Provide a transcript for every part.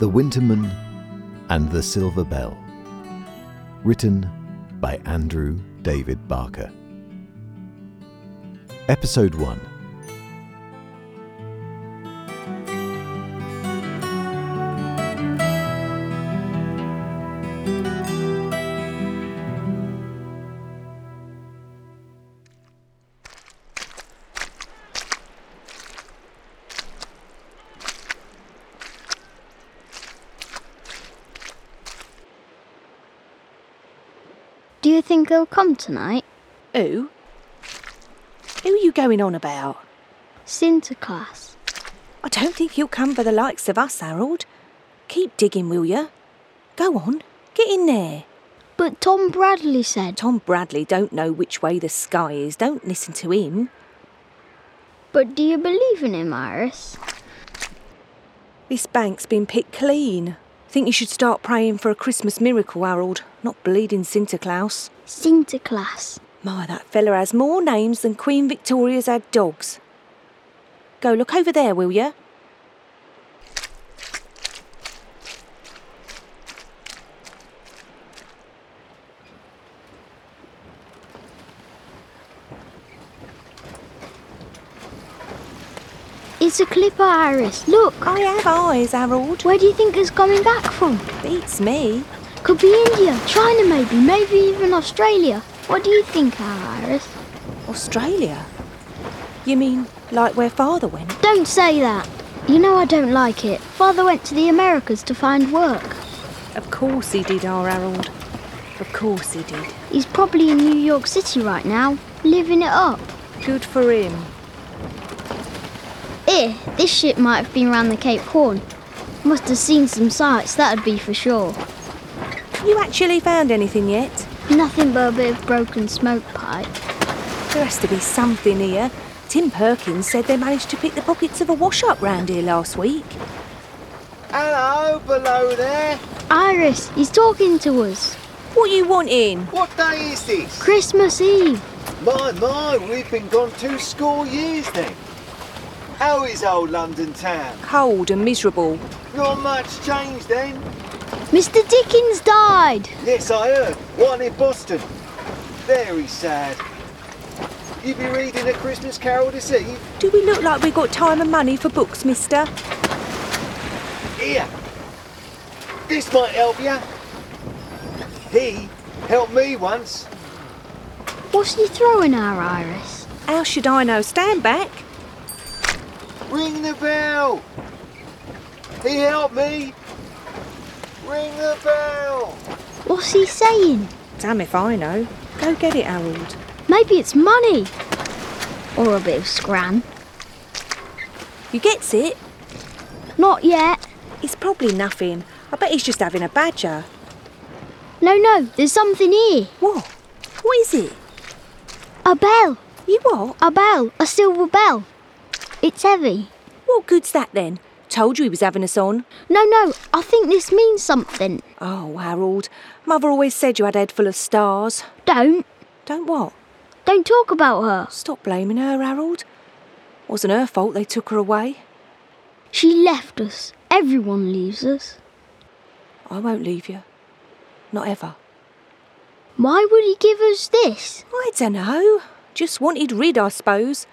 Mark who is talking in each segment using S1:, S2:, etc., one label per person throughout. S1: Winterman and the Silver Bell. Written by Andrew David Barker. Episode 1
S2: Do you think he'll come tonight?
S3: Who? Who are you going on about?
S2: Sinterklaas.
S3: I don't think he'll come for the likes of us, Harold. Keep digging, will you? Go on, get in there.
S2: But Tom Bradley said,
S3: Tom Bradley don't know which way the sky is. Don't listen to him.
S2: But do you believe in him, Iris?
S3: This bank's been picked clean. Think you should start praying for a Christmas miracle, Harold, not bleeding Sinterklaas.
S2: Sinterklaas.
S3: My, that fella has more names than Queen Victoria's had dogs. Go look over there, will you?
S2: It's a clipper, Iris. Look.
S3: I have eyes, Harold.
S2: Where do you think it's coming back from?
S3: Beats me.
S2: Could be India, China maybe, maybe even Australia. What do you think, Al Iris?
S3: Australia? You mean like where father went?
S2: Don't say that. You know I don't like it. Father went to the Americas to find work.
S3: Of course he did, our Harold. Of course he did.
S2: He's probably in New York City right now, living it up.
S3: Good for him.
S2: Eh, this ship might have been round the Cape Horn. Must have seen some sights, that'd be for sure.
S3: You actually found anything yet?
S2: Nothing but a bit of broken smoke pipe.
S3: There has to be something here. Tim Perkins said they managed to pick the pockets of a wash up round here last week.
S4: Hello, below there.
S2: Iris, he's talking to us.
S3: What you wanting?
S4: What day is this?
S2: Christmas Eve.
S4: My, my, we've been gone two score years then. How is old London town?
S3: Cold and miserable.
S4: Not much change then.
S2: Mr. Dickens died.
S4: Yes, I heard. One in Boston. Very sad. You be reading A Christmas Carol this eve?
S3: Do we look like we got time and money for books, mister?
S4: Here. This might help you. He helped me once.
S2: What's he throwing our Iris?
S3: How should I know? Stand back.
S4: Ring the bell. He helped me. Ring the bell.
S2: What's he saying?
S3: Damn if I know. Go get it, Harold.
S2: Maybe it's money. Or a bit of scran.
S3: You gets it?
S2: Not yet.
S3: It's probably nothing. I bet he's just having a badger.
S2: No, no, there's something here.
S3: What? What is it?
S2: A bell.
S3: You what?
S2: A bell. A silver bell. It's heavy.
S3: What good's that then? Told you he was having us on.
S2: No, no, I think this means something.
S3: Oh, Harold, Mother always said you had a head full of stars.
S2: Don't.
S3: Don't what?
S2: Don't talk about her.
S3: Stop blaming her, Harold. Wasn't her fault they took her away.
S2: She left us. Everyone leaves us.
S3: I won't leave you. Not ever.
S2: Why would he give us this?
S3: I dunno. Just wanted rid, I suppose.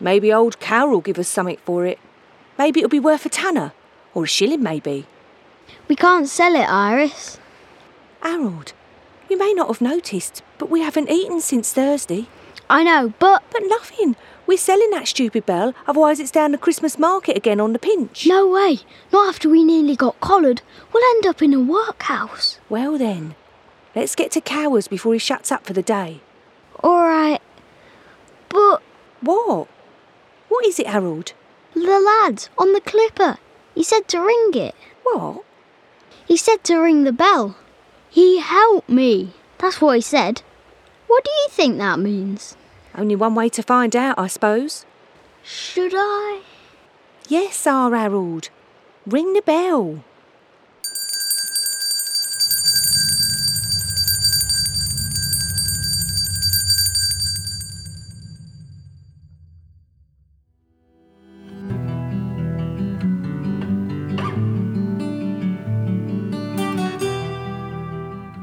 S3: Maybe old Carol'll give us something for it. Maybe it'll be worth a tanner. Or a shilling, maybe.
S2: We can't sell it, Iris.
S3: Harold, you may not have noticed, but we haven't eaten since Thursday.
S2: I know, but
S3: But nothing. We're selling that stupid bell, otherwise it's down the Christmas market again on the pinch.
S2: no way. Not after we nearly got collared. We'll end up in a workhouse.
S3: Well then, let's get to Cowers before he shuts up for the day.
S2: All right. But
S3: What? What is it, Harold?
S2: the lad on the clipper, he said to ring it.
S3: What?
S2: He said to ring the bell. He helped me. That's what he said. What do you think that means?
S3: Only one way to find out, I suppose.
S2: Should I?
S3: Yes, our Harold. Ring the bell.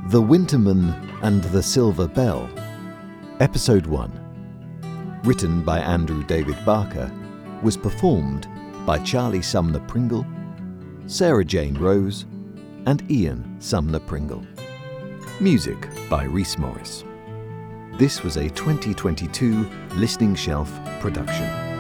S1: The Winterman and the Silver Bell, Episode 1, written by Andrew David Barker, was performed by Charlie Sumner Pringle, Sarah Jane Rose, and Ian Sumner Pringle. Music by Rhys Morris. This was a 2022 Listening Shelf production.